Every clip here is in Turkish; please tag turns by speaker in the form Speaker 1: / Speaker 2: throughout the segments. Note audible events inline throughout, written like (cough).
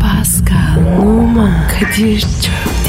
Speaker 1: Pascal, Oman, Kadir çok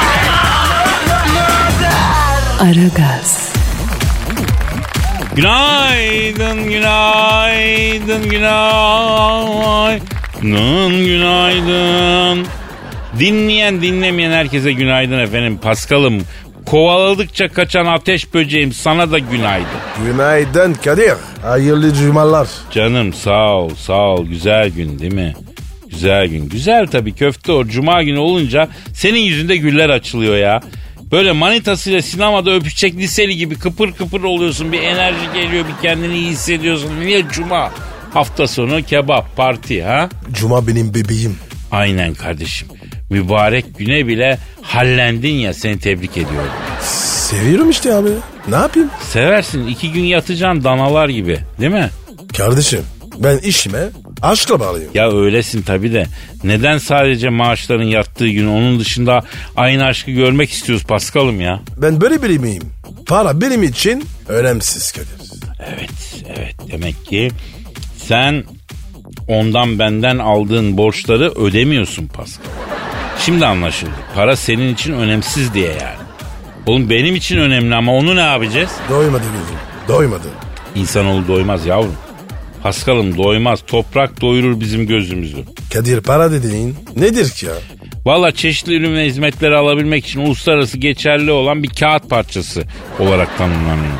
Speaker 1: Aragaz,
Speaker 2: Günaydın, günaydın, günaydın, günaydın. Dinleyen dinlemeyen herkese günaydın efendim. Paskal'ım kovaladıkça kaçan ateş böceğim sana da günaydın.
Speaker 3: Günaydın Kadir. Hayırlı cumalar.
Speaker 2: Canım sağ ol sağ ol güzel gün değil mi? Güzel gün. Güzel tabii köfte o cuma günü olunca senin yüzünde güller açılıyor ya. Böyle manitasıyla sinemada öpüşecek liseli gibi kıpır kıpır oluyorsun. Bir enerji geliyor bir kendini iyi hissediyorsun. Niye cuma? Hafta sonu kebap parti ha?
Speaker 3: Cuma benim bebeğim.
Speaker 2: Aynen kardeşim. Mübarek güne bile hallendin ya seni tebrik ediyorum.
Speaker 3: Seviyorum işte abi. Ne yapayım?
Speaker 2: Seversin iki gün yatacaksın danalar gibi değil mi?
Speaker 3: Kardeşim ben işime aşkla bağlıyım.
Speaker 2: Ya öylesin tabi de neden sadece maaşların yattığı gün onun dışında aynı aşkı görmek istiyoruz Paskal'ım ya.
Speaker 3: Ben böyle biri miyim? Para benim için önemsiz Kadir.
Speaker 2: Evet evet demek ki sen ondan benden aldığın borçları ödemiyorsun Paskal. Şimdi anlaşıldı para senin için önemsiz diye yani. Oğlum benim için önemli ama onu ne yapacağız?
Speaker 3: Doymadı gözüm. Doymadı.
Speaker 2: İnsanoğlu doymaz yavrum. Paskal'ım doymaz toprak doyurur bizim gözümüzü.
Speaker 3: Kadir para dediğin nedir ki ya?
Speaker 2: Valla çeşitli ürün ve hizmetleri alabilmek için uluslararası geçerli olan bir kağıt parçası olarak tanımlanıyor.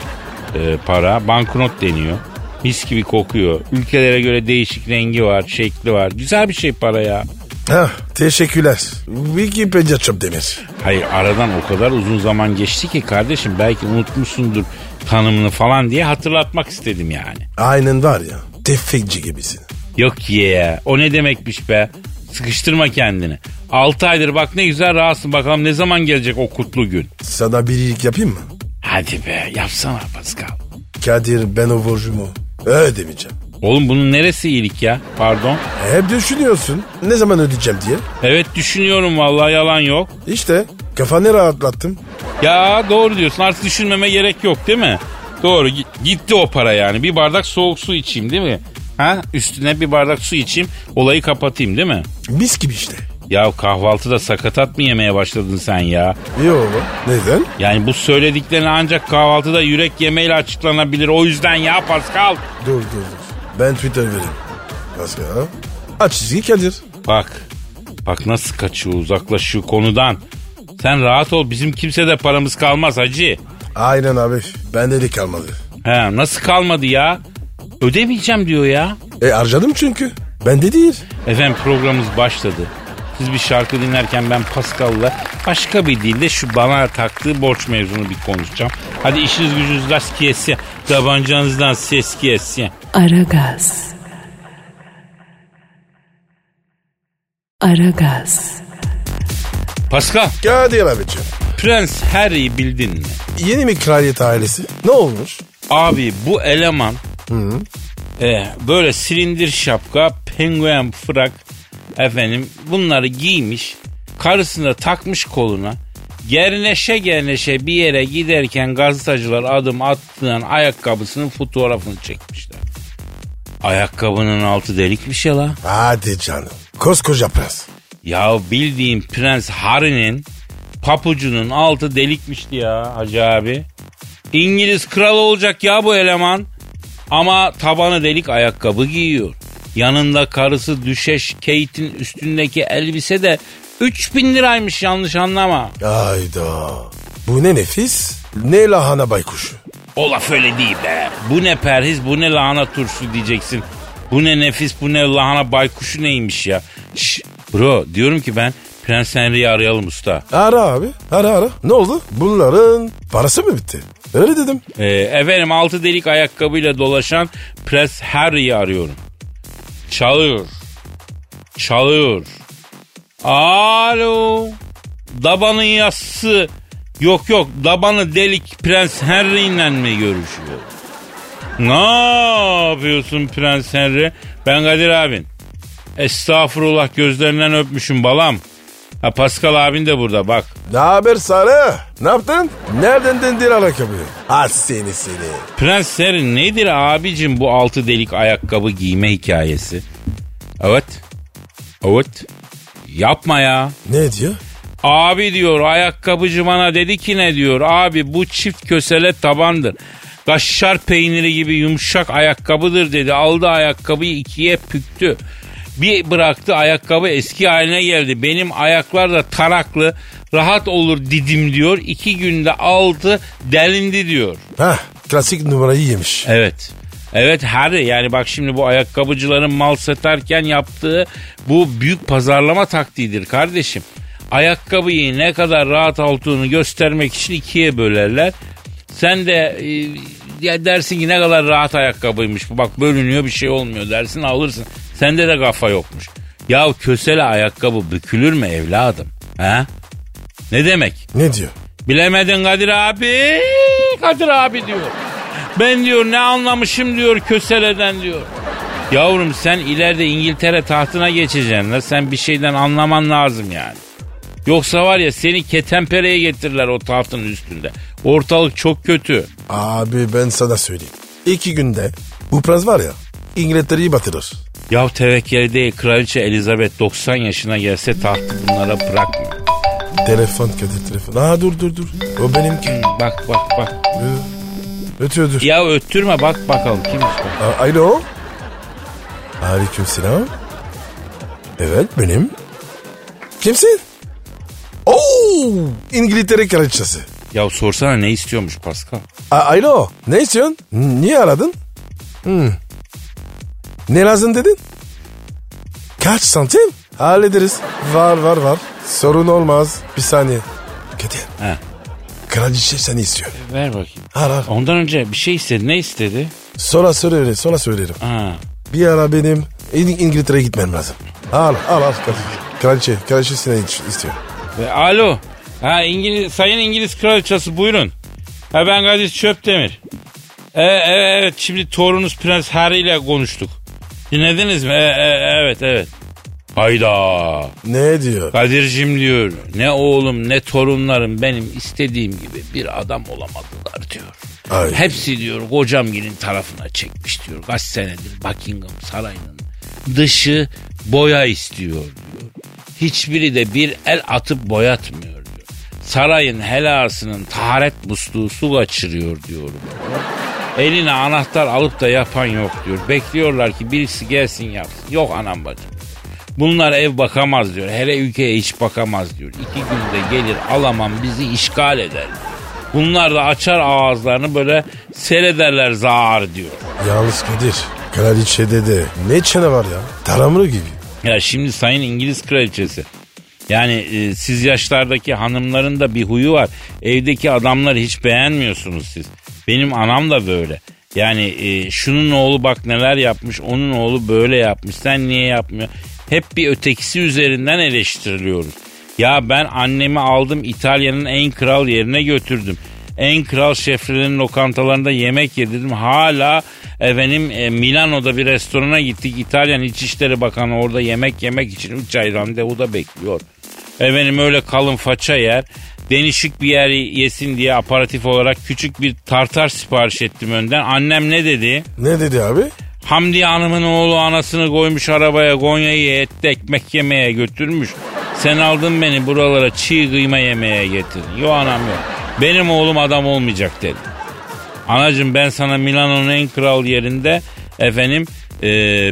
Speaker 2: Ee, para banknot deniyor. Mis gibi kokuyor. Ülkelere göre değişik rengi var, şekli var. Güzel bir şey para ya.
Speaker 3: Hah teşekkürler. Wikipedia çöp demir.
Speaker 2: Hayır aradan o kadar uzun zaman geçti ki kardeşim belki unutmuşsundur tanımını falan diye hatırlatmak istedim yani.
Speaker 3: Aynen var ya tefekci gibisin.
Speaker 2: Yok ye o ne demekmiş be. Sıkıştırma kendini. 6 aydır bak ne güzel rahatsın bakalım ne zaman gelecek o kutlu gün.
Speaker 3: Sana bir iyilik yapayım mı?
Speaker 2: Hadi be yapsana Pascal.
Speaker 3: Kadir ben o borcumu ödemeyeceğim. E,
Speaker 2: Oğlum bunun neresi iyilik ya? Pardon.
Speaker 3: Hep düşünüyorsun ne zaman ödeyeceğim diye.
Speaker 2: Evet düşünüyorum vallahi yalan yok.
Speaker 3: İşte kafanı rahatlattım.
Speaker 2: Ya doğru diyorsun artık düşünmeme gerek yok değil mi? Doğru gi- gitti o para yani. Bir bardak soğuk su içeyim değil mi? Ha üstüne bir bardak su içeyim olayı kapatayım değil mi?
Speaker 3: Mis gibi işte.
Speaker 2: Ya kahvaltıda sakatat mı yemeye başladın sen ya?
Speaker 3: İyi oğlum. Neden?
Speaker 2: Yani bu söylediklerin ancak kahvaltıda yürek yemeyle açıklanabilir. O yüzden ya Pascal.
Speaker 3: Dur dur dur. Ben Twitter vereyim. Nasıl ya? Aç çizgi Kadir.
Speaker 2: Bak. Bak nasıl kaçıyor uzaklaşıyor konudan. Sen rahat ol bizim kimsede paramız kalmaz hacı.
Speaker 3: Aynen abi. Bende de kalmadı.
Speaker 2: He, nasıl kalmadı ya? Ödemeyeceğim diyor ya.
Speaker 3: E harcadım çünkü. Bende değil.
Speaker 2: Efendim programımız başladı. Siz bir şarkı dinlerken ben Pascal'la başka bir dilde şu bana taktığı borç mevzunu bir konuşacağım. Hadi işiniz gücünüz rast kiyesi, tabancanızdan ses kiyesi.
Speaker 1: Aragaz. Aragaz,
Speaker 2: Pascal,
Speaker 3: Kadir abicim.
Speaker 2: Prens Harry'i bildin mi?
Speaker 3: Yeni mi kraliyet ailesi? Ne olmuş?
Speaker 2: Abi bu eleman eh, böyle silindir şapka, penguen frak efendim bunları giymiş. Karısını da takmış koluna. Gerneşe gerneşe bir yere giderken gazeteciler adım attığın ayakkabısının fotoğrafını çekmişler. Ayakkabının altı delikmiş ya la.
Speaker 3: Hadi canım. Koskoca prens.
Speaker 2: Ya bildiğim Prens Harry'nin papucunun altı delikmişti ya Hacı abi. İngiliz kralı olacak ya bu eleman. Ama tabanı delik ayakkabı giyiyor. Yanında karısı düşeş Kate'in üstündeki elbise de 3000 liraymış yanlış anlama.
Speaker 3: Hayda. Bu ne nefis? Ne lahana baykuşu?
Speaker 2: O laf öyle değil be. Bu ne perhiz bu ne lahana turşu diyeceksin. Bu ne nefis bu ne lahana baykuşu neymiş ya. Şş, bro diyorum ki ben Prens Henry'i arayalım usta.
Speaker 3: Ara abi. Ara ara. Ne oldu? Bunların parası mı bitti? Öyle dedim.
Speaker 2: Ee, efendim altı delik ayakkabıyla dolaşan Prens Harry'i arıyorum. Çalıyor. Çalıyor. Alo. Dabanın yassı yok yok dabanı delik Prens Henry ile mi görüşüyor? Ne yapıyorsun Prens Henry? Ben Kadir abin. Estağfurullah gözlerinden öpmüşüm balam. Ha Pascal abin de burada bak.
Speaker 3: Ne haber Sarı? Ne yaptın? Nereden dindin ayakkabıyı? Az seni seni.
Speaker 2: Prens Henry nedir abicim bu altı delik ayakkabı giyme hikayesi? Evet. Evet. Yapma ya.
Speaker 3: Ne diyor?
Speaker 2: Abi diyor ayakkabıcı bana dedi ki ne diyor abi bu çift kösele tabandır. Kaşar peyniri gibi yumuşak ayakkabıdır dedi. Aldı ayakkabıyı ikiye püktü. Bir bıraktı ayakkabı eski haline geldi. Benim ayaklar da taraklı rahat olur didim diyor. İki günde altı delindi diyor.
Speaker 3: Hah klasik numarayı yemiş.
Speaker 2: Evet. Evet her yani bak şimdi bu ayakkabıcıların mal satarken yaptığı bu büyük pazarlama taktiğidir kardeşim. Ayakkabıyı ne kadar rahat aldığını göstermek için ikiye bölerler. Sen de e, ya dersin ki ne kadar rahat ayakkabıymış bu bak bölünüyor bir şey olmuyor dersin alırsın. Sende de kafa yokmuş. Ya kösele ayakkabı bükülür mü evladım? Ha? Ne demek?
Speaker 3: Ne diyor?
Speaker 2: Bilemedin Kadir abi. Kadir abi diyor. Ben diyor ne anlamışım diyor köseleden diyor. Yavrum sen ileride İngiltere tahtına geçeceksin. La sen bir şeyden anlaman lazım yani. Yoksa var ya seni ketempereye getirirler o tahtın üstünde. Ortalık çok kötü.
Speaker 3: Abi ben sana söyleyeyim. İki günde bu prens var ya İngiltere'yi batırır.
Speaker 2: Yav tevekkeli değil kraliçe Elizabeth 90 yaşına gelse tahtı bunlara bırakma.
Speaker 3: Telefon Kadir telefon. Aa dur dur dur. O benimki.
Speaker 2: Bak bak bak.
Speaker 3: Ee, Ötüyordur.
Speaker 2: Ya öttürme bak bakalım kimmiş bak.
Speaker 3: Aa, Alo. Aleyküm selam. Evet benim. Kimsin? Oo, İngiltere kraliçesi.
Speaker 2: Ya sorsana ne istiyormuş Pascal?
Speaker 3: A- Alo ne istiyorsun? N- Niye aradın? Hmm. Ne lazım dedin? Kaç santim? Hallederiz. Var var var. Sorun olmaz. Bir saniye. Kadir.
Speaker 2: He.
Speaker 3: Kraliçe seni istiyor.
Speaker 2: Ver bakayım.
Speaker 3: Ar ar.
Speaker 2: Ondan önce bir şey istedi. Ne istedi?
Speaker 3: Sonra söylerim. Sonra söylerim.
Speaker 2: Ha.
Speaker 3: Bir ara benim İng- İngiltere'ye gitmem lazım. Al al al. Kadir. Kraliçe. Kraliçe seni iç- istiyor.
Speaker 2: Ve, alo. Ha İngiliz, Sayın İngiliz Kraliçesi buyurun. Ha ben Kadir Çöpdemir. E, e, evet şimdi torunuz Prens Harry ile konuştuk. Dinlediniz mi? E, e, evet evet. Hayda.
Speaker 3: Ne diyor?
Speaker 2: Kadir'cim diyor ne oğlum ne torunlarım benim istediğim gibi bir adam olamadılar diyor.
Speaker 3: Ay.
Speaker 2: Hepsi diyor kocamgilin tarafına çekmiş diyor. Kaç senedir Buckingham Sarayı'nın dışı boya istiyor diyor. Hiçbiri de bir el atıp boyatmıyor diyor. Sarayın helasının taharet musluğu su kaçırıyor diyor. Eline anahtar alıp da yapan yok diyor. Bekliyorlar ki birisi gelsin yapsın. Yok anam bacım. Bunlar ev bakamaz diyor. Hele ülkeye hiç bakamaz diyor. İki günde gelir alamam bizi işgal eder. Bunlar da açar ağızlarını böyle seyrederler zar diyor.
Speaker 3: Yalnız Kadir. Kraliçe dedi. Ne çene var ya? Taramlı gibi.
Speaker 2: Ya şimdi sayın İngiliz kraliçesi. Yani e, siz yaşlardaki hanımların da bir huyu var. Evdeki adamları hiç beğenmiyorsunuz siz. Benim anam da böyle. Yani e, şunun oğlu bak neler yapmış, onun oğlu böyle yapmış. Sen niye yapmıyor? Hep bir ötekisi üzerinden eleştiriliyoruz. Ya ben annemi aldım İtalya'nın en kral yerine götürdüm. En kral şeflerinin lokantalarında yemek yedirdim. Hala efendim e, Milano'da bir restorana gittik. İtalyan İçişleri Bakanı orada yemek yemek için 3 ay randevuda bekliyor. Efendim öyle kalın faça yer. Denişik bir yer yesin diye aparatif olarak küçük bir tartar sipariş ettim önden. Annem ne dedi?
Speaker 3: Ne dedi abi?
Speaker 2: Hamdi Hanım'ın oğlu anasını koymuş arabaya Konya'yı etli ekmek yemeye götürmüş. Sen aldın beni buralara çiğ kıyma yemeye getirdin. Yo anam yok. Benim oğlum adam olmayacak dedi. Anacım ben sana Milano'nun en kral yerinde efendim e,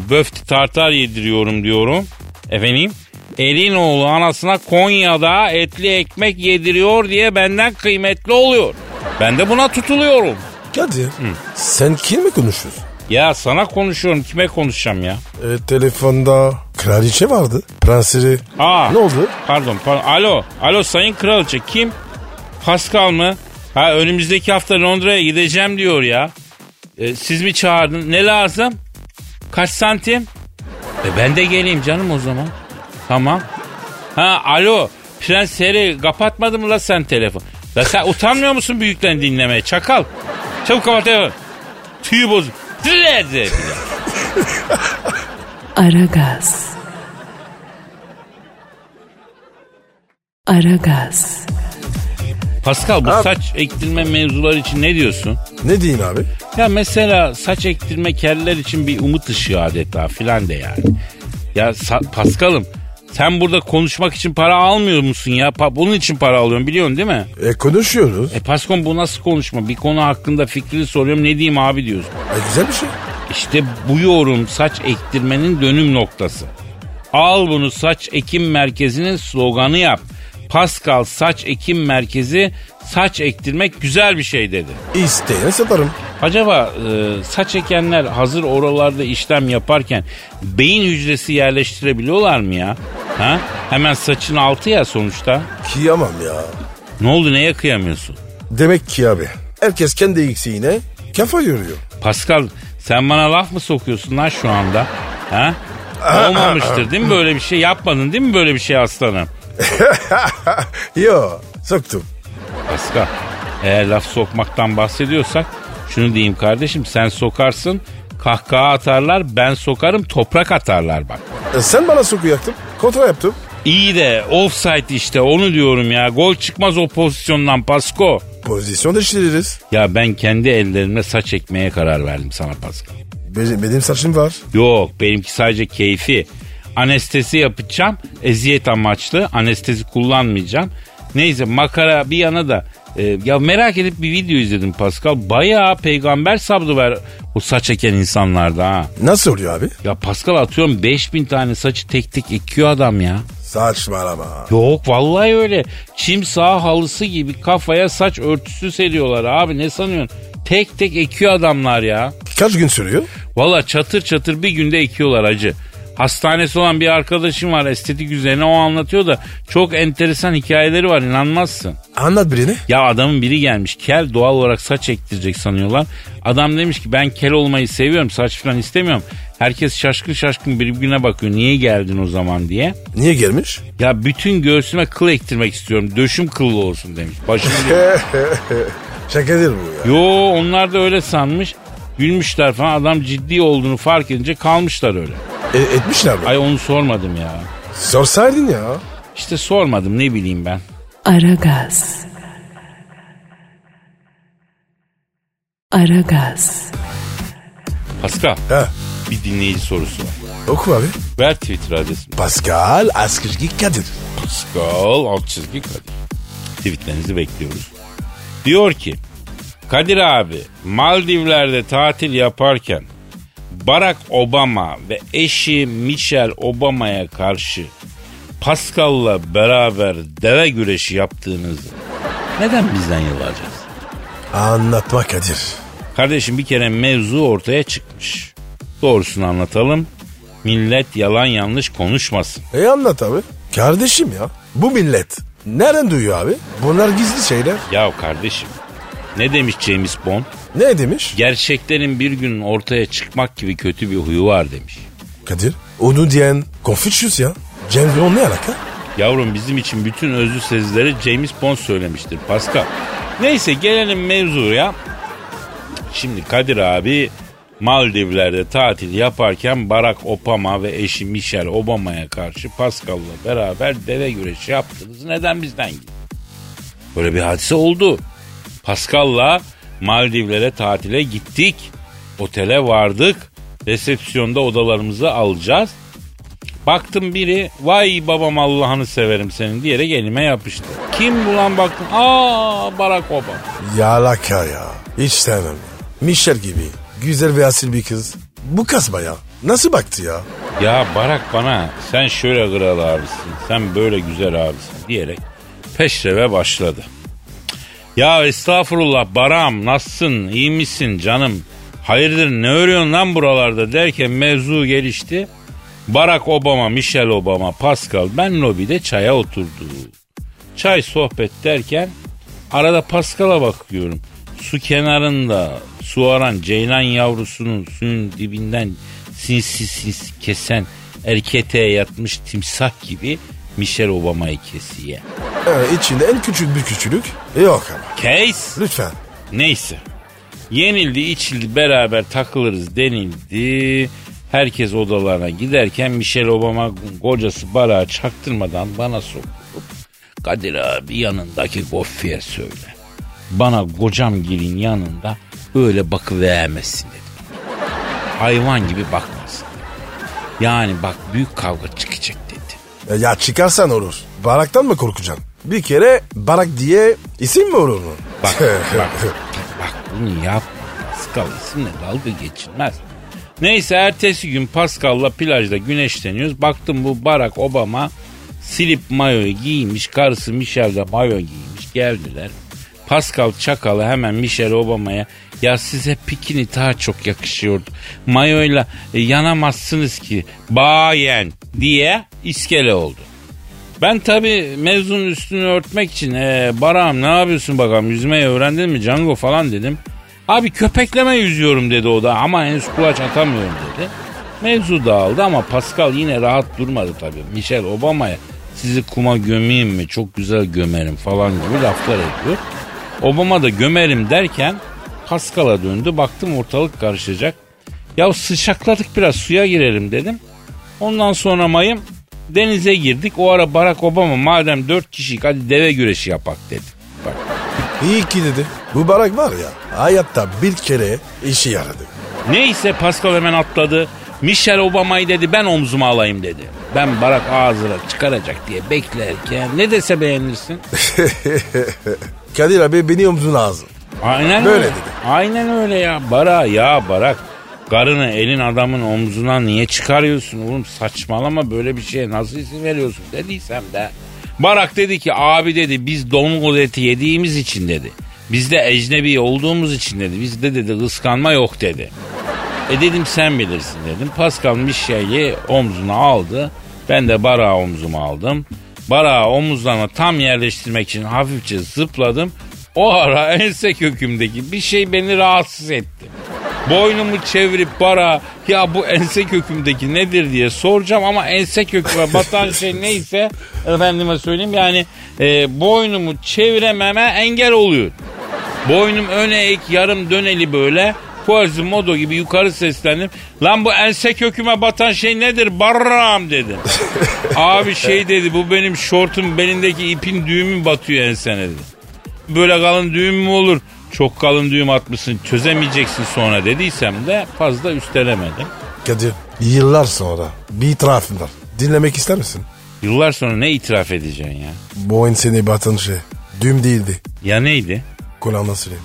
Speaker 2: böft tartar yediriyorum diyorum. Efendim elin oğlu anasına Konya'da etli ekmek yediriyor diye benden kıymetli oluyor. Ben de buna tutuluyorum.
Speaker 3: Kadir. Sen kimle konuşuyorsun?
Speaker 2: Ya sana konuşuyorum kime konuşacağım ya?
Speaker 3: E, telefonda kraliçe vardı. Prensleri.
Speaker 2: Aa.
Speaker 3: Ne oldu?
Speaker 2: Pardon, pardon. Alo. Alo Sayın Kraliçe. Kim? Pascal mı? Ha önümüzdeki hafta Londra'ya gideceğim diyor ya. E, siz mi çağırdın? Ne lazım? Kaç santim? E, ben de geleyim canım o zaman. Tamam. Ha alo. Prens Harry kapatmadı mı la sen telefon? La sen utanmıyor musun büyüklerini dinlemeye çakal? Çabuk kapat telefonu. Tüyü bozuk. Direkt.
Speaker 1: Aragaz. Aragaz.
Speaker 2: Pascal bu
Speaker 3: Abi.
Speaker 2: saç ektirme mevzuları için ne diyorsun?
Speaker 3: Ne diyeyim abi?
Speaker 2: Ya mesela saç ektirme keller için bir umut ışığı adeta filan de yani. Ya sa- Paskal'ım sen burada konuşmak için para almıyor musun ya? Pa- bunun için para alıyorsun biliyorsun değil mi?
Speaker 3: E konuşuyoruz.
Speaker 2: E Paskom bu nasıl konuşma? Bir konu hakkında fikrini soruyorum ne diyeyim abi diyorsun.
Speaker 3: E, güzel bir şey.
Speaker 2: İşte bu yorum saç ektirmenin dönüm noktası. Al bunu saç ekim merkezinin sloganı yap. Pascal saç ekim merkezi saç ektirmek güzel bir şey dedi.
Speaker 3: İsteyene satarım.
Speaker 2: Acaba e, saç ekenler hazır oralarda işlem yaparken beyin hücresi yerleştirebiliyorlar mı ya? Ha? Hemen saçın altı ya sonuçta.
Speaker 3: Kıyamam ya.
Speaker 2: Ne oldu neye kıyamıyorsun?
Speaker 3: Demek ki abi. Herkes kendi eksiğine kafa yoruyor.
Speaker 2: Pascal sen bana laf mı sokuyorsun lan şu anda? Ha? Olmamıştır değil mi böyle bir şey? Yapmadın değil mi böyle bir şey aslanım?
Speaker 3: (laughs) Yo soktum.
Speaker 2: Pascal eğer laf sokmaktan bahsediyorsak şunu diyeyim kardeşim sen sokarsın kahkaha atarlar ben sokarım toprak atarlar bak.
Speaker 3: E, sen bana soku yaktın. Kontra yaptım.
Speaker 2: İyi de offside işte onu diyorum ya. Gol çıkmaz o pozisyondan Pasko.
Speaker 3: Pozisyon değiştiririz.
Speaker 2: Ya ben kendi ellerimle saç ekmeye karar verdim sana Pasko.
Speaker 3: Benim, benim saçım var.
Speaker 2: Yok benimki sadece keyfi. Anestezi yapacağım. Eziyet amaçlı. Anestezi kullanmayacağım. Neyse makara bir yana da e, ya merak edip bir video izledim Pascal. Bayağı peygamber sabrı ver o saç eken insanlarda ha.
Speaker 3: Nasıl oluyor abi?
Speaker 2: Ya Pascal atıyorum 5000 tane saçı tek tek ekiyor adam ya.
Speaker 3: Saçmalama.
Speaker 2: Yok vallahi öyle. Çim saha halısı gibi kafaya saç örtüsü seriyorlar abi ne sanıyorsun? Tek tek ekiyor adamlar ya.
Speaker 3: Kaç gün sürüyor?
Speaker 2: Valla çatır çatır bir günde ekiyorlar acı. Hastanesi olan bir arkadaşım var estetik üzerine o anlatıyor da çok enteresan hikayeleri var inanmazsın.
Speaker 3: Anlat birini.
Speaker 2: Ya adamın biri gelmiş kel doğal olarak saç ektirecek sanıyorlar. Adam demiş ki ben kel olmayı seviyorum saç falan istemiyorum. Herkes şaşkın şaşkın birbirine bakıyor niye geldin o zaman diye.
Speaker 3: Niye gelmiş?
Speaker 2: Ya bütün göğsüme kıl ektirmek istiyorum. Döşüm kıllı olsun demiş. Başım
Speaker 3: Şakadır bu ya.
Speaker 2: Yo onlar da öyle sanmış. Gülmüşler falan adam ciddi olduğunu fark edince kalmışlar öyle.
Speaker 3: E, etmişler mi?
Speaker 2: Ay onu sormadım ya.
Speaker 3: Sorsaydın ya.
Speaker 2: İşte sormadım ne bileyim ben.
Speaker 1: Aragaz. Aragaz.
Speaker 2: Pascal
Speaker 3: Ha,
Speaker 2: bir dinleyici sorusu var.
Speaker 3: oku abi.
Speaker 2: Ver Twitter adresini.
Speaker 3: Pascal Askışki Kadir.
Speaker 2: Pascal alt çizgi Kadir. Tweetlerinizi bekliyoruz. Diyor ki Kadir abi Maldivler'de tatil yaparken Barack Obama ve eşi Michelle Obama'ya karşı Pascal'la beraber deve güreşi yaptığınızı neden bizden yıl alacağız?
Speaker 3: Anlatma Kadir.
Speaker 2: Kardeşim bir kere mevzu ortaya çıkmış. Doğrusunu anlatalım. Millet yalan yanlış konuşmasın.
Speaker 3: E anlat abi. Kardeşim ya. Bu millet. Nereden duyuyor abi? Bunlar gizli şeyler.
Speaker 2: Ya kardeşim ne demiş James Bond?
Speaker 3: Ne demiş?
Speaker 2: Gerçeklerin bir gün ortaya çıkmak gibi kötü bir huyu var demiş.
Speaker 3: Kadir. Onu diyen Confucius ya. James Bond ne alaka?
Speaker 2: Yavrum bizim için bütün özlü sözleri James Bond söylemiştir Pascal. Neyse gelelim mevzuya. Şimdi Kadir abi Maldivler'de tatil yaparken Barack Obama ve eşi Michelle Obama'ya karşı Pascal'la beraber deve güreşi yaptınız. Neden bizden gitti? Böyle bir hadise oldu. Pascal'la Maldivlere tatile gittik. Otele vardık. Resepsiyonda odalarımızı alacağız. Baktım biri vay babam Allah'ını severim senin diyerek elime yapıştı. Kim bu lan baktım? Aa Barack Obama.
Speaker 3: Yalaka ya. Hiç sevmem. Michel gibi. Güzel ve asil bir kız. Bu kasba ya. Nasıl baktı ya?
Speaker 2: Ya Barak bana sen şöyle kral abisin, sen böyle güzel abisin diyerek peşreve başladı. Ya estağfurullah Baram nasılsın, iyi misin canım? Hayırdır ne örüyorsun lan buralarda derken mevzu gelişti. Barack Obama, Michelle Obama, Pascal ben lobide çaya oturdu. Çay sohbet derken arada Pascal'a bakıyorum. Su kenarında su aran ceylan yavrusunun suyun dibinden sinsi sinsi kesen erkete yatmış timsah gibi Michelle Obama'yı kesiye.
Speaker 3: Ee, içinde en küçük bir küçülük yok ama.
Speaker 2: Kes.
Speaker 3: Lütfen.
Speaker 2: Neyse. Yenildi içildi beraber takılırız denildi. Herkes odalarına giderken Michelle Obama kocası barağı çaktırmadan bana sokulup Kadir abi yanındaki goffiye söyle. Bana kocam girin yanında öyle bakıvermesin dedi. Hayvan gibi bakmasın. Yani bak büyük kavga çıkacak dedi.
Speaker 3: E, Ya çıkarsan olur. Baraktan mı korkacaksın? Bir kere barak diye isim mi olur mu?
Speaker 2: Bak bak bak bunu yap. Pascal isimle dalga geçilmez. Neyse ertesi gün Pascal'la plajda güneşleniyoruz. Baktım bu Barack Obama silip mayoyu giymiş. Karısı Michelle de mayo giymiş. Geldiler. Pascal Çakal'ı hemen Michelle Obama'ya ya size pikini daha çok yakışıyordu. Mayoyla e, yanamazsınız ki bayen diye iskele oldu. Ben tabi mevzunun üstünü örtmek için "Ee, Barak'ım ne yapıyorsun bakalım yüzmeyi öğrendin mi Django falan dedim. Abi köpekleme yüzüyorum dedi o da ama henüz kulaç atamıyorum dedi. Mevzu dağıldı ama Pascal yine rahat durmadı tabi. Michelle Obama'ya sizi kuma gömeyim mi çok güzel gömerim falan gibi laflar ediyor. Obama da gömerim derken Pascal'a döndü baktım ortalık karışacak. Ya sıçakladık biraz suya girelim dedim. Ondan sonra mayım denize girdik. O ara Barack Obama madem dört kişilik hadi deve güreşi yapak dedi. Bak
Speaker 3: (laughs) İyi ki dedi. Bu barak var ya hayatta bir kere işi yaradı.
Speaker 2: Neyse Pascal hemen atladı. Michelle Obama'yı dedi ben omzuma alayım dedi. Ben Barack ağzına çıkaracak diye beklerken ne dese beğenirsin.
Speaker 3: Kadir abi beni omzun ağzı.
Speaker 2: Aynen
Speaker 3: Böyle
Speaker 2: öyle.
Speaker 3: dedi.
Speaker 2: Aynen öyle ya. Bara ya Barak. Karını elin adamın omzuna niye çıkarıyorsun oğlum saçmalama böyle bir şeye nasıl izin veriyorsun dediysem de. Barak dedi ki abi dedi biz domuz eti yediğimiz için dedi. Biz de ecnebi olduğumuz için dedi. Bizde dedi kıskanma yok dedi. E dedim sen bilirsin dedim. Pascal Michel'i omzuna aldı. Ben de Barak'ı omzuma aldım. Barak'ı omuzlarına tam yerleştirmek için hafifçe zıpladım. O ara (laughs) ense kökümdeki bir şey beni rahatsız etti. Boynumu çevirip bara ya bu ense kökümdeki nedir diye soracağım ama ense köküme batan şey neyse efendime söyleyeyim yani e, boynumu çevirememe engel oluyor. Boynum öne eğik yarım döneli böyle. Quasimodo gibi yukarı seslendim. Lan bu ense köküme batan şey nedir? Barram dedi. Abi şey dedi bu benim şortum belindeki ipin düğümü batıyor ensene dedi. Böyle kalın düğüm mü olur? Çok kalın düğüm atmışsın çözemeyeceksin sonra dediysem de fazla üstelemedim.
Speaker 3: Kadir yıllar sonra bir itirafım var. Dinlemek ister misin?
Speaker 2: Yıllar sonra ne itiraf edeceksin ya?
Speaker 3: Bu oyun seni batan şey. Düm değildi.
Speaker 2: Ya neydi?
Speaker 3: Kulağına süreyim.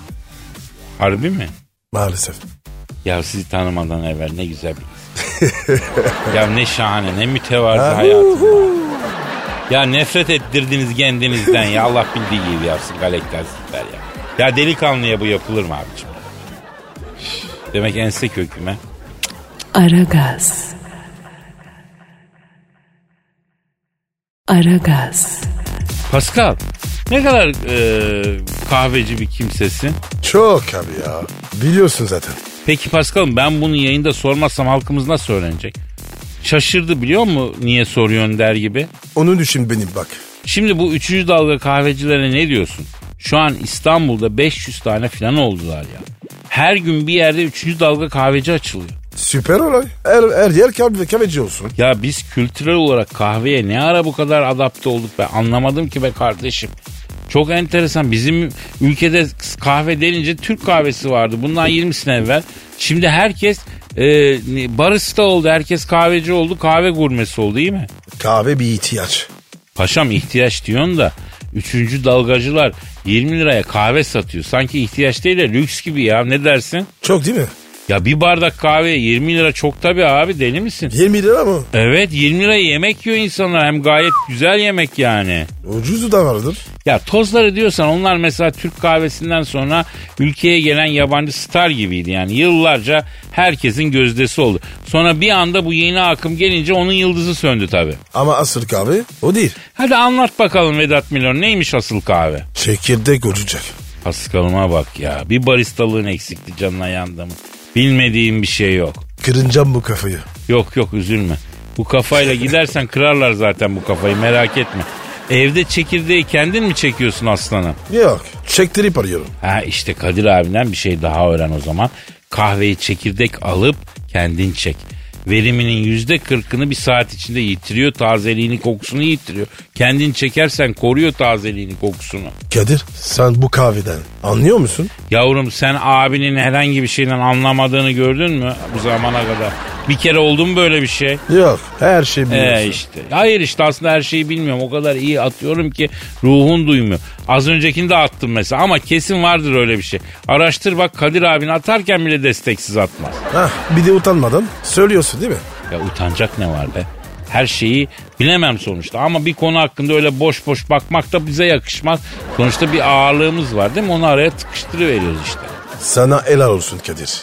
Speaker 2: Harbi mi?
Speaker 3: Maalesef.
Speaker 2: Ya sizi tanımadan evvel ne güzel bir insan. ya ne şahane ne mütevazı
Speaker 3: Ha.
Speaker 2: hayatım var. Ya nefret ettirdiniz kendinizden ya. Allah bildiği gibi yapsın galekler sizler ya. Ya delikanlıya bu yapılır mı abicim? Üf, Demek ense köküme.
Speaker 1: Aragaz. Aragaz.
Speaker 2: Pascal ne kadar e, kahveci bir kimsesin.
Speaker 3: Çok abi ya. Biliyorsun zaten.
Speaker 2: Peki Pascal'ım ben bunu yayında sormazsam halkımız nasıl öğrenecek? Şaşırdı biliyor mu niye soruyorsun der gibi.
Speaker 3: Onu düşün benim bak.
Speaker 2: Şimdi bu üçüncü dalga kahvecilere ne diyorsun? Şu an İstanbul'da 500 tane falan oldular ya. Her gün bir yerde üçüncü dalga kahveci açılıyor.
Speaker 3: Süper olay. Her, her yer kahve, kahveci olsun.
Speaker 2: Ya biz kültürel olarak kahveye ne ara bu kadar adapte olduk ben anlamadım ki be kardeşim. Çok enteresan bizim ülkede kahve denince Türk kahvesi vardı bundan 20 sene evvel. Şimdi herkes e, barista oldu herkes kahveci oldu kahve gurmesi oldu değil mi?
Speaker 3: Kahve bir ihtiyaç.
Speaker 2: Paşam ihtiyaç diyorsun da üçüncü dalgacılar 20 liraya kahve satıyor. Sanki ihtiyaç değil de lüks gibi ya ne dersin?
Speaker 3: Çok değil mi?
Speaker 2: Ya bir bardak kahve 20 lira çok tabii abi deli misin?
Speaker 3: 20 lira mı?
Speaker 2: Evet 20 liraya yemek yiyor insanlar hem gayet güzel yemek yani.
Speaker 3: Ucuzu da vardır.
Speaker 2: Ya tozları diyorsan onlar mesela Türk kahvesinden sonra ülkeye gelen yabancı star gibiydi yani. Yıllarca herkesin gözdesi oldu. Sonra bir anda bu yeni akım gelince onun yıldızı söndü tabii.
Speaker 3: Ama asıl kahve o değil.
Speaker 2: Hadi anlat bakalım Vedat Milor neymiş asıl kahve?
Speaker 3: Çekirdek olacak.
Speaker 2: Paskalıma bak ya. Bir baristalığın eksikti canına yandım. Bilmediğim bir şey yok.
Speaker 3: Kırıncam bu kafayı.
Speaker 2: Yok yok üzülme. Bu kafayla gidersen kırarlar zaten bu kafayı merak etme. Evde çekirdeği kendin mi çekiyorsun aslanım?
Speaker 3: Yok. Çektirip arıyorum.
Speaker 2: Ha işte Kadir abinden bir şey daha öğren o zaman. Kahveyi çekirdek alıp kendin çek. Veriminin yüzde kırkını bir saat içinde yitiriyor. Tazeliğini kokusunu yitiriyor. Kendin çekersen koruyor tazeliğini kokusunu.
Speaker 3: Kadir sen bu kahveden anlıyor musun?
Speaker 2: Yavrum sen abinin herhangi bir şeyden anlamadığını gördün mü bu zamana kadar? Bir kere oldu mu böyle bir şey?
Speaker 3: Yok. Her şey biliyorsun.
Speaker 2: Ee işte. Hayır işte aslında her şeyi bilmiyorum. O kadar iyi atıyorum ki ruhun duymuyor. Az öncekini de attım mesela ama kesin vardır öyle bir şey. Araştır bak Kadir abin atarken bile desteksiz atmaz.
Speaker 3: Hah, bir de utanmadan söylüyorsun değil mi?
Speaker 2: Ya utanacak ne var be? Her şeyi bilemem sonuçta ama bir konu hakkında öyle boş boş bakmak da bize yakışmaz. Sonuçta bir ağırlığımız var değil mi? Onu araya tıkıştırıveriyoruz işte.
Speaker 3: Sana helal olsun Kadir.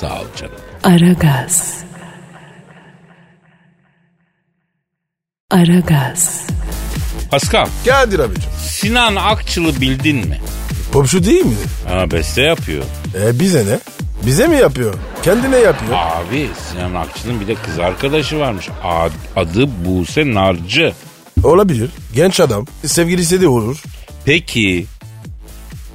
Speaker 2: Sağ ol canım.
Speaker 1: Aragaz. Aragaz.
Speaker 2: Pascal,
Speaker 3: Kadir abicim.
Speaker 2: Sinan Akçıl'ı bildin mi?
Speaker 3: Popçu değil mi?
Speaker 2: Ha beste yapıyor.
Speaker 3: E bize ne? Bize mi yapıyor? Kendine yapıyor.
Speaker 2: Abi Sinan Akçıl'ın bir de kız arkadaşı varmış. A- Adı Buse Narcı.
Speaker 3: Olabilir. Genç adam. Sevgilisi de olur.
Speaker 2: Peki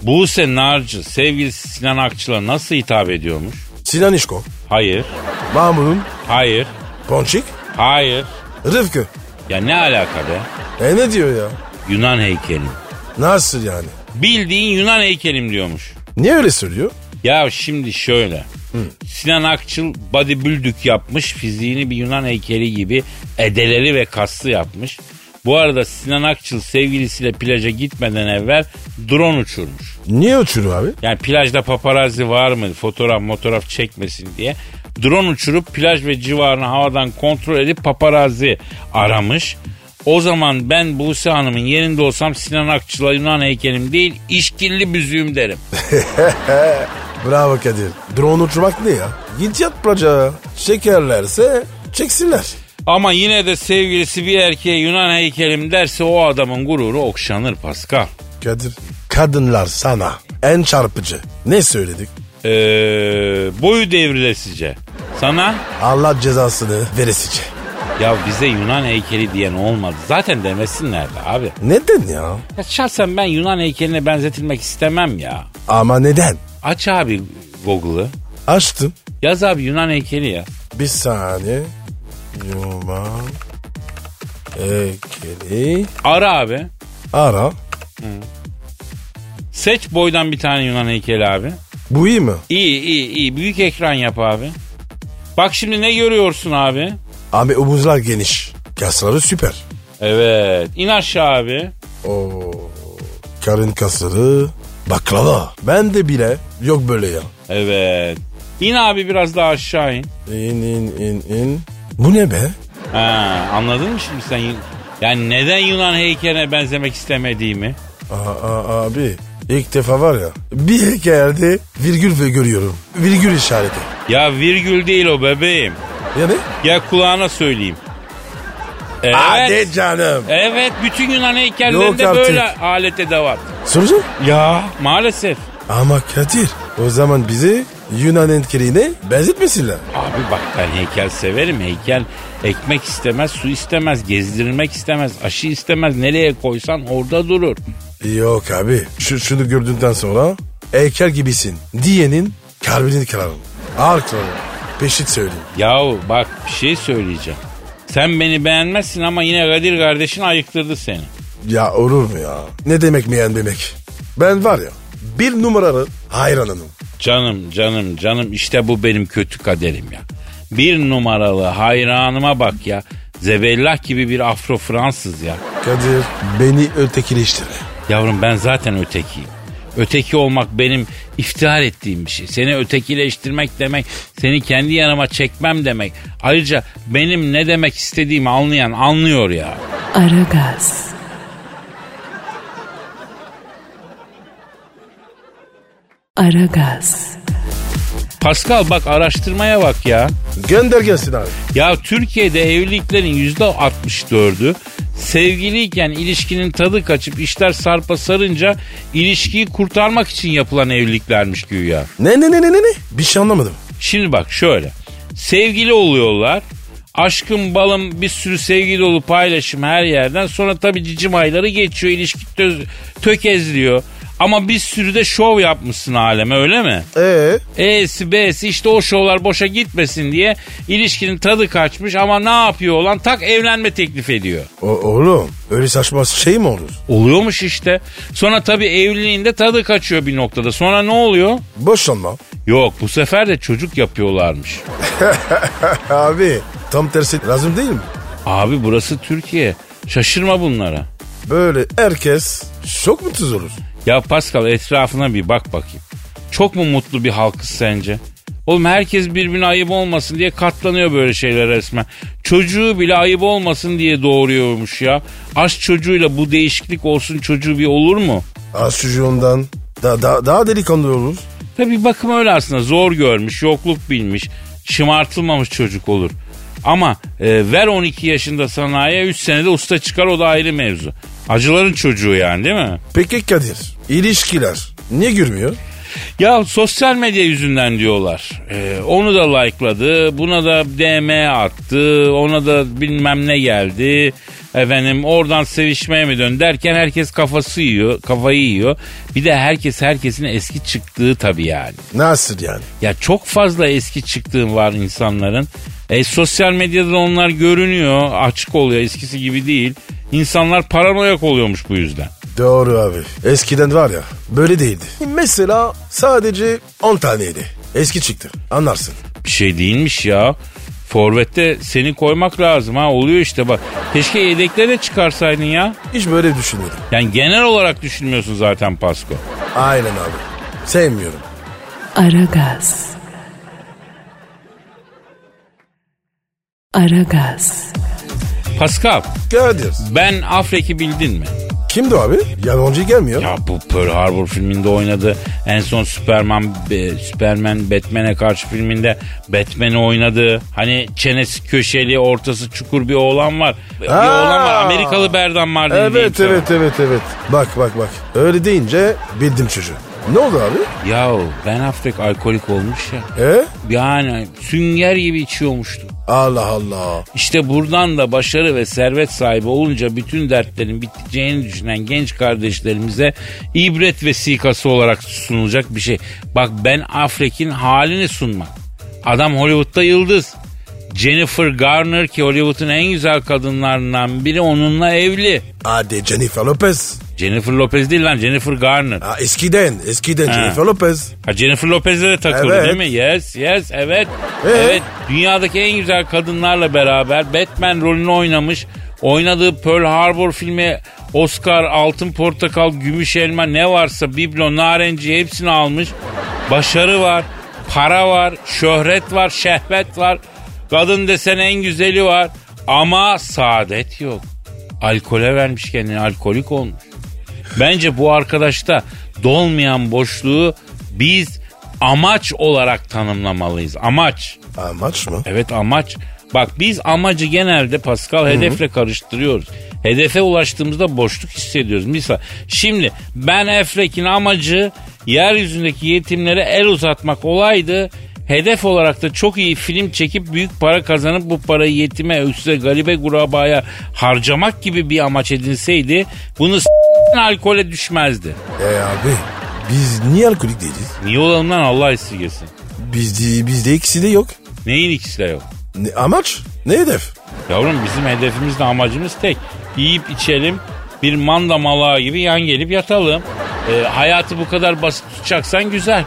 Speaker 2: Buse Narcı sevgilisi Sinan Akçıl'a nasıl hitap ediyormuş?
Speaker 3: Sinan İşko.
Speaker 2: Hayır,
Speaker 3: Mahmut'un.
Speaker 2: hayır,
Speaker 3: Ponçik.
Speaker 2: hayır.
Speaker 3: Rıfkı.
Speaker 2: Ya ne alaka be?
Speaker 3: E ne diyor ya?
Speaker 2: Yunan heykelim.
Speaker 3: Nasıl yani?
Speaker 2: Bildiğin Yunan heykelim diyormuş.
Speaker 3: Niye öyle söylüyor?
Speaker 2: Ya şimdi şöyle. Sinan Akçıl bodybuildük yapmış. Fiziğini bir Yunan heykeli gibi edeleri ve kaslı yapmış. Bu arada Sinan Akçıl sevgilisiyle plaja gitmeden evvel drone uçurmuş.
Speaker 3: Niye uçuruyor abi?
Speaker 2: Yani plajda paparazzi var mı fotoğraf fotoğraf çekmesin diye. Drone uçurup plaj ve civarını havadan kontrol edip paparazzi aramış. O zaman ben Buse Hanım'ın yerinde olsam Sinan Akçıl'a Yunan heykelim değil işkilli büzüğüm derim.
Speaker 3: Bravo Kadir. Drone uçurmak ne ya? Git yat plaja. Çekerlerse çeksinler.
Speaker 2: Ama yine de sevgilisi bir erkeğe Yunan heykelim derse o adamın gururu okşanır Pascal.
Speaker 3: Kadir. Kadınlar sana en çarpıcı. Ne söyledik?
Speaker 2: Ee, boyu devrilesice. Sana
Speaker 3: Allah cezasını veresice.
Speaker 2: ya bize Yunan heykeli diyen olmadı. Zaten demesinler de abi.
Speaker 3: Neden ya?
Speaker 2: Ya şahsen ben Yunan heykeline benzetilmek istemem ya.
Speaker 3: Ama neden?
Speaker 2: Aç abi Google'ı.
Speaker 3: Açtım.
Speaker 2: Yaz abi Yunan heykeli ya.
Speaker 3: Bir saniye. Yuman. Ekeli.
Speaker 2: Ara abi.
Speaker 3: Ara.
Speaker 2: Seç boydan bir tane Yunan heykeli abi.
Speaker 3: Bu iyi mi?
Speaker 2: İyi iyi iyi. Büyük ekran yap abi. Bak şimdi ne görüyorsun abi?
Speaker 3: Abi omuzlar geniş. Kasları süper.
Speaker 2: Evet. İn aşağı abi.
Speaker 3: Oo. Karın kasları. Baklava. Ben de bile yok böyle ya.
Speaker 2: Evet. İn abi biraz daha aşağı in.
Speaker 3: İn in in in. Bu ne be?
Speaker 2: Ha, anladın mı şimdi sen? Yani neden Yunan heykeline benzemek istemediğimi?
Speaker 3: Aa, aa, abi ilk defa var ya bir hikayede virgül ve görüyorum. Virgül işareti.
Speaker 2: Ya virgül değil o bebeğim.
Speaker 3: Yani?
Speaker 2: Ya kulağına söyleyeyim. Evet.
Speaker 3: Hadi canım.
Speaker 2: Evet bütün Yunan
Speaker 3: Yok
Speaker 2: heykellerinde
Speaker 3: artık.
Speaker 2: böyle alete de var.
Speaker 3: Soracağım.
Speaker 2: Ya maalesef.
Speaker 3: Ama Kadir o zaman bizi Yunan enkeliğine benzetmesinler.
Speaker 2: Abi bak ben heykel severim. Heykel ekmek istemez, su istemez, gezdirilmek istemez, aşı istemez. Nereye koysan orada durur.
Speaker 3: Yok abi şu, şunu gördükten sonra heykel gibisin diyenin kalbini kırarım. Ağır kırarım. Peşit söyleyeyim.
Speaker 2: Yahu bak bir şey söyleyeceğim. Sen beni beğenmezsin ama yine Kadir kardeşin ayıktırdı seni.
Speaker 3: Ya olur mu ya? Ne demek meyen demek? Ben var ya bir numaralı hayranım.
Speaker 2: Canım canım canım işte bu benim kötü kaderim ya. Bir numaralı hayranıma bak ya. Zebellah gibi bir Afro Fransız ya.
Speaker 3: Kadir beni ötekileştirme.
Speaker 2: Yavrum ben zaten ötekiyim. Öteki olmak benim iftihar ettiğim bir şey. Seni ötekileştirmek demek, seni kendi yanıma çekmem demek. Ayrıca benim ne demek istediğimi anlayan anlıyor ya.
Speaker 1: Aragaz. Aragaz.
Speaker 2: Pascal bak araştırmaya bak ya.
Speaker 3: Gönder gelsin abi.
Speaker 2: Ya Türkiye'de evliliklerin yüzde 64'ü sevgiliyken ilişkinin tadı kaçıp işler sarpa sarınca ilişkiyi kurtarmak için yapılan evliliklermiş güya.
Speaker 3: Ne ne ne ne ne ne? Bir şey anlamadım.
Speaker 2: Şimdi bak şöyle. Sevgili oluyorlar Aşkım balım bir sürü sevgi dolu paylaşım her yerden. Sonra tabii cicim ayları geçiyor. ilişki tö- tökezliyor. Ama bir sürü de şov yapmışsın aleme öyle mi?
Speaker 3: Ee,
Speaker 2: E'si B'si işte o şovlar boşa gitmesin diye ilişkinin tadı kaçmış ama ne yapıyor olan tak evlenme teklif ediyor.
Speaker 3: o- oğlum öyle saçma şey mi olur?
Speaker 2: Oluyormuş işte. Sonra tabii evliliğinde tadı kaçıyor bir noktada. Sonra ne oluyor?
Speaker 3: Boşanma. (laughs)
Speaker 2: Yok bu sefer de çocuk yapıyorlarmış.
Speaker 3: Abi tam tersi lazım değil mi?
Speaker 2: Abi burası Türkiye. Şaşırma bunlara.
Speaker 3: Böyle herkes çok mutsuz olur.
Speaker 2: Ya Pascal etrafına bir bak bakayım. Çok mu mutlu bir halkız sence? Oğlum herkes birbirine ayıp olmasın diye katlanıyor böyle şeyler resmen. Çocuğu bile ayıp olmasın diye doğuruyormuş ya. Aşk çocuğuyla bu değişiklik olsun çocuğu bir olur mu?
Speaker 3: Az çocuğundan da, da, daha delikanlı olur.
Speaker 2: Tabi bakım öyle aslında zor görmüş, yokluk bilmiş, şımartılmamış çocuk olur. Ama e, ver 12 yaşında sanayiye 3 senede usta çıkar o da ayrı mevzu. Acıların çocuğu yani değil mi?
Speaker 3: Peki Kadir, ilişkiler niye görmüyor?
Speaker 2: Ya sosyal medya yüzünden diyorlar. Ee, onu da like'ladı, buna da DM attı, ona da bilmem ne geldi. Efendim oradan sevişmeye mi dön derken herkes kafası yiyor, kafayı yiyor. Bir de herkes herkesin eski çıktığı tabii yani.
Speaker 3: Nasıl yani?
Speaker 2: Ya çok fazla eski çıktığı var insanların. E, sosyal medyada da onlar görünüyor, açık oluyor eskisi gibi değil. İnsanlar paranoyak oluyormuş bu yüzden.
Speaker 3: Doğru abi. Eskiden var ya böyle değildi. Mesela sadece 10 taneydi. Eski çıktı. Anlarsın.
Speaker 2: Bir şey değilmiş ya. Forvet'te seni koymak lazım ha oluyor işte bak. Keşke yedeklere de çıkarsaydın ya.
Speaker 3: Hiç böyle düşünmedim.
Speaker 2: Yani genel olarak düşünmüyorsun zaten Pasko.
Speaker 3: Aynen abi. Sevmiyorum.
Speaker 1: Aragaz. Aragaz.
Speaker 2: Pascal
Speaker 3: Kadir.
Speaker 2: ben Affleck'i bildin mi?
Speaker 3: Kimdi o abi? Yabancı gelmiyor.
Speaker 2: Ya bu Pearl Harbor filminde oynadı. En son Superman, e, Superman Batman'e karşı filminde Batman'i oynadı. Hani çenesi köşeli, ortası çukur bir oğlan var. Bir
Speaker 3: Aa!
Speaker 2: oğlan var. Amerikalı Berdan var
Speaker 3: Evet evet evet evet. Bak bak bak. Öyle deyince bildim çocuğu. Ne oldu abi?
Speaker 2: Ya Ben Affleck alkolik olmuş ya.
Speaker 3: E?
Speaker 2: Yani sünger gibi içiyormuştu.
Speaker 3: Allah Allah.
Speaker 2: İşte buradan da başarı ve servet sahibi olunca bütün dertlerin biteceğini düşünen genç kardeşlerimize ibret vesikası olarak sunulacak bir şey. Bak Ben Affleck'in halini sunmak. Adam Hollywood'da yıldız. Jennifer Garner ki Hollywood'un en güzel kadınlarından biri onunla evli.
Speaker 3: Hadi Ah, Jennifer Lopez.
Speaker 2: Jennifer Lopez değil lan Jennifer Garner.
Speaker 3: Ha, eskiden eskiden
Speaker 2: Ha.
Speaker 3: Jennifer Lopez.
Speaker 2: Ha Jennifer Lopez'le de takıldı
Speaker 3: Evet.
Speaker 2: değil mi? Yes, yes, evet.
Speaker 3: Ee?
Speaker 2: Evet, dünyadaki en güzel kadınlarla beraber Batman rolünü oynamış. Oynadığı Pearl Harbor filmi Oscar, Altın Portakal, Gümüş Elma ne varsa biblo, narenci hepsini almış. Başarı var, para var, şöhret var, şehvet var. Kadın desen en güzeli var. Ama saadet yok. Alkole vermiş kendini, alkolik olmuş. Bence bu arkadaşta dolmayan boşluğu biz amaç olarak tanımlamalıyız. Amaç.
Speaker 3: Amaç Ah, mı?
Speaker 2: Evet amaç. Bak biz amacı genelde Pascal hedefle karıştırıyoruz. Hedefe ulaştığımızda boşluk hissediyoruz. Misal şimdi Ben Affleck'in amacı yeryüzündeki yetimlere el uzatmak olaydı. Hedef olarak da çok iyi film çekip büyük para kazanıp bu parayı yetime, öksüze, garibe, kurabaya harcamak gibi bir amaç edinseydi bunu s- alkole düşmezdi.
Speaker 3: E abi biz niye alkolik değiliz?
Speaker 2: Niye olalım lan Allah esirgesin.
Speaker 3: Bizde, bizde ikisi de yok.
Speaker 2: Neyin ikisi de yok.
Speaker 3: Ne, amaç? Ne hedef?
Speaker 2: Yavrum bizim hedefimiz de amacımız tek. Yiyip içelim bir manda malağı gibi yan gelip yatalım. Ee, hayatı bu kadar basit tutacaksan güzel.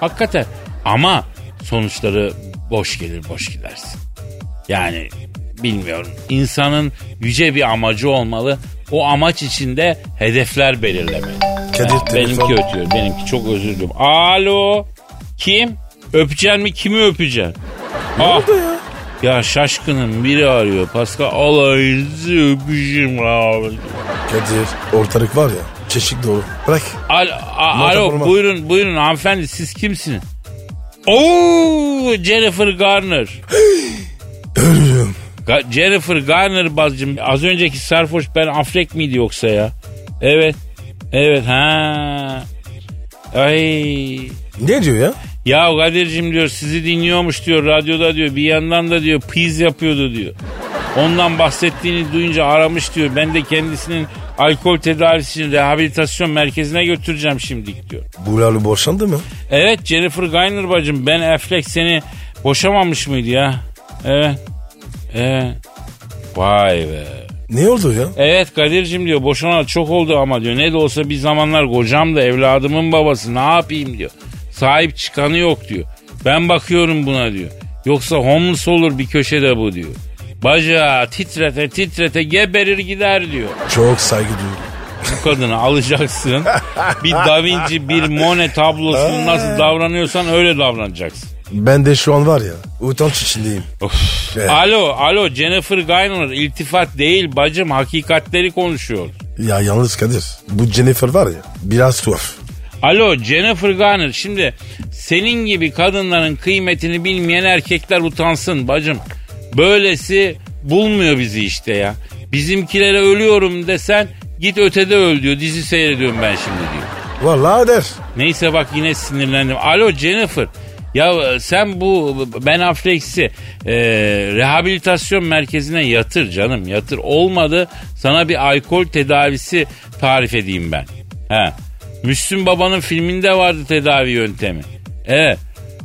Speaker 2: Hakikaten. Ama sonuçları boş gelir boş gidersin. Yani bilmiyorum. İnsanın yüce bir amacı olmalı. O amaç içinde hedefler belirlemeli.
Speaker 3: Kadir,
Speaker 2: Ha, benimki
Speaker 3: telefon.
Speaker 2: ötüyor. Benimki çok özür dilerim. Alo. Kim? Öpeceksin mi? Kimi öpeceksin? Ah, Ne
Speaker 3: Oldu ya.
Speaker 2: ya şaşkının biri arıyor Pascal. Alayızı öpüşüm abi.
Speaker 3: Kadir ortalık var ya çeşit dolu. Bırak.
Speaker 2: Al, a-
Speaker 3: Nota
Speaker 2: alo
Speaker 3: vurma.
Speaker 2: buyurun buyurun hanımefendi siz kimsiniz? Oo Jennifer Garner.
Speaker 3: Ölürüm.
Speaker 2: Ga- Jennifer Garner bazcım az önceki sarhoş ben Affleck miydi yoksa ya? Evet. Evet ha. Ay.
Speaker 3: Ne diyor ya?
Speaker 2: Ya Kadir'cim diyor sizi dinliyormuş diyor radyoda diyor bir yandan da diyor piz yapıyordu diyor. Ondan bahsettiğini duyunca aramış diyor. Ben de kendisinin alkol tedavisi için rehabilitasyon merkezine götüreceğim şimdi diyor.
Speaker 3: Bulalı boşandı mı?
Speaker 2: Evet Jennifer Garner bacım Ben Affleck seni boşamamış mıydı ya? Evet. Evet. Vay be.
Speaker 3: Ne oldu ya?
Speaker 2: Evet Kadir'cim diyor boşanan çok oldu ama diyor ne de olsa bir zamanlar kocam da evladımın babası ne yapayım diyor. Sahip çıkanı yok diyor. Ben bakıyorum buna diyor. Yoksa homeless olur bir köşede bu diyor. Bacağı titrete titrete geberir gider diyor.
Speaker 3: Çok saygı duyuyorum.
Speaker 2: Bu kadını alacaksın. Bir Da Vinci bir Monet tablosunu nasıl davranıyorsan öyle davranacaksın.
Speaker 3: Ben de şu an var ya utanç içindeyim. Eh,
Speaker 2: Of.
Speaker 3: Evet.
Speaker 2: Alo alo Jennifer Garner iltifat değil bacım hakikatleri konuşuyor.
Speaker 3: Ya yalnız Kadir bu Jennifer var ya biraz tuhaf.
Speaker 2: Alo Jennifer Garner şimdi senin gibi kadınların kıymetini bilmeyen erkekler utansın bacım. Böylesi bulmuyor bizi işte ya. Bizimkilere ölüyorum desen git ötede öl diyor dizi seyrediyorum ben şimdi diyor.
Speaker 3: Vallahi der.
Speaker 2: Neyse bak yine sinirlendim. Alo Jennifer. Ya e, sen bu Ben Affleck'si e, rehabilitasyon merkezine yatır canım yatır. Olmadı sana bir alkol tedavisi tarif edeyim ben. He. Müslüm Baba'nın filminde vardı tedavi yöntemi. Evet.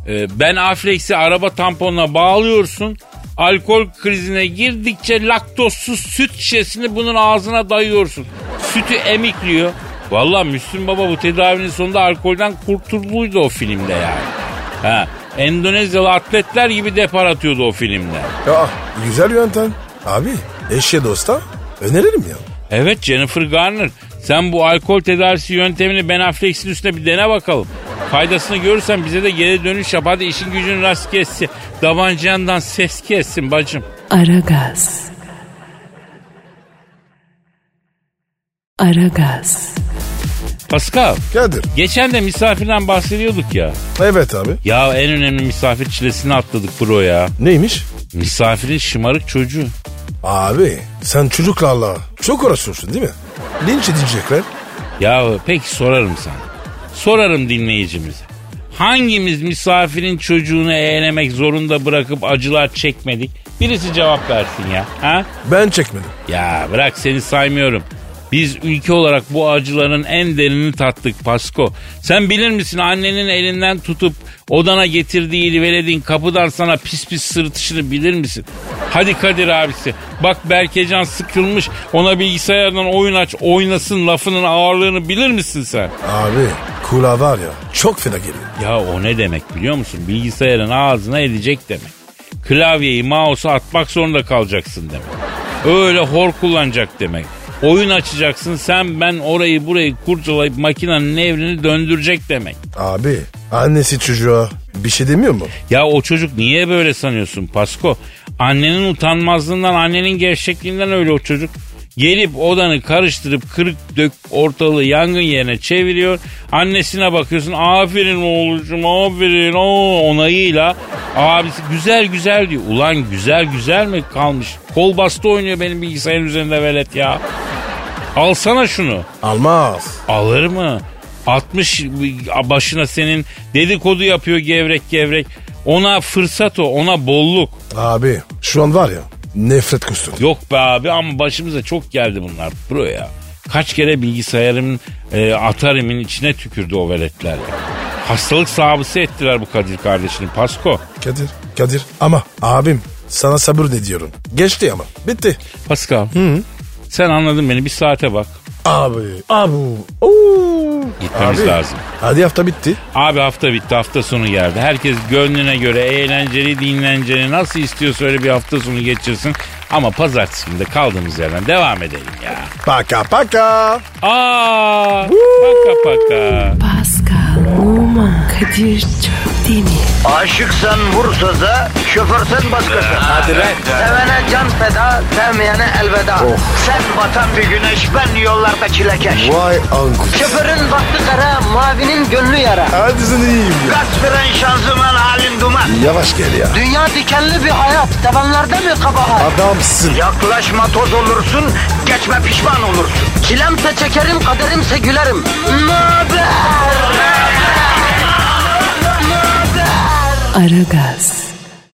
Speaker 2: E, ben Affleck'si araba tamponuna bağlıyorsun. Alkol krizine girdikçe laktozsuz süt şişesini bunun ağzına dayıyorsun. Sütü emikliyor. Valla Müslüm Baba bu tedavinin sonunda alkolden kurtulduydu o filmde yani. Ha, Endonezyalı atletler gibi depar atıyordu o filmde.
Speaker 3: Ya güzel yöntem. Abi eşe dosta öneririm ya.
Speaker 2: Evet Jennifer Garner sen bu alkol tedavisi yöntemini Ben Affleck'in üstüne bir dene bakalım. Faydasını görürsen bize de geri dönüş yap. Hadi işin gücün rast kessin. Davancandan ses kessin bacım.
Speaker 1: Aragaz. Aragaz.
Speaker 2: Pascal
Speaker 3: Kadir.
Speaker 2: geçen de misafirden bahsediyorduk ya.
Speaker 3: Evet abi.
Speaker 2: Ya en önemli misafir çilesini atladık bro ya.
Speaker 3: Neymiş?
Speaker 2: Misafirin şımarık çocuğu.
Speaker 3: Abi sen çocuklarla çok uğraşıyorsun değil mi? Linç edecekler.
Speaker 2: Ya peki sorarım sana. Sorarım dinleyicimize. Hangimiz misafirin çocuğunu eğlemek zorunda bırakıp acılar çekmedik? Birisi cevap versin ya. Ha?
Speaker 3: Ben çekmedim.
Speaker 2: Ya bırak seni saymıyorum. Biz ülke olarak bu acıların en derinini tattık Pasko. Sen bilir misin annenin elinden tutup odana getirdiği veledin kapıdan sana pis pis sırıtışını bilir misin? Hadi Kadir abisi bak Berkecan sıkılmış ona bilgisayardan oyun aç oynasın lafının ağırlığını bilir misin sen?
Speaker 3: Abi kulağa var ya çok fena geliyor.
Speaker 2: Ya o ne demek biliyor musun? Bilgisayarın ağzına edecek demek. Klavyeyi mouse'a atmak zorunda kalacaksın demek. Öyle hor kullanacak demek. Oyun açacaksın sen ben orayı burayı kurcalayıp makinenin evrini döndürecek demek.
Speaker 3: Abi annesi çocuğa bir şey demiyor mu?
Speaker 2: Ya o çocuk niye böyle sanıyorsun Pasko? Annenin utanmazlığından, annenin gevşekliğinden öyle o çocuk. Gelip odanı karıştırıp kırık dök ortalığı yangın yerine çeviriyor. Annesine bakıyorsun aferin oğlucum aferin o onayıyla. Abisi güzel güzel diyor. Ulan güzel güzel mi kalmış? Kol bastı oynuyor benim bilgisayarın üzerinde velet ya. Alsana şunu.
Speaker 3: Almaz.
Speaker 2: Alır mı? 60 başına senin dedikodu yapıyor gevrek gevrek. Ona fırsat o, ona bolluk.
Speaker 3: Abi şu an var ya nefret kustun.
Speaker 2: Yok be abi ama başımıza çok geldi bunlar bro ya. Kaç kere bilgisayarımın, e, atarimin içine tükürdü o veletler. ya. Hastalık sahabısı ettiler bu Kadir kardeşini Pasko.
Speaker 3: Kadir, Kadir ama abim sana sabır de diyorum. Geçti ama bitti.
Speaker 2: Pascal. Sen anladın beni bir saate bak.
Speaker 3: Abi, abi. Oo.
Speaker 2: Gitmemiz lazım.
Speaker 3: Hadi hafta bitti.
Speaker 2: Abi hafta bitti hafta sonu geldi. Herkes gönlüne göre eğlenceli dinlenceli nasıl istiyorsa öyle bir hafta sonu geçirsin. Ama pazartesi günü de kaldığımız yerden devam edelim ya.
Speaker 3: Paka paka.
Speaker 2: Aa, paka paka.
Speaker 1: Pascal, Oman, Kadir çok değil mi?
Speaker 4: Aşıksan vursa da şoförsen başkasın. Hadi
Speaker 2: lan.
Speaker 4: Sevene can feda, sevmeyene elveda. Sen batan bir güneş, ben yollarda çilekeş.
Speaker 3: Vay anku.
Speaker 4: Şoförün baktı kara, mavinin gönlü yara.
Speaker 3: Hadi sen iyiyim ya.
Speaker 4: Kasperen şanzıman halin duman.
Speaker 3: Yavaş gel ya.
Speaker 4: Dünya dikenli bir hayat, sevenlerde mi kabahar?
Speaker 3: Adamsın.
Speaker 4: Yaklaşma toz olursun, geçme pişman olursun. Çilemse çekerim, kaderimse gülerim. Möber! Möber!
Speaker 1: Aragaz.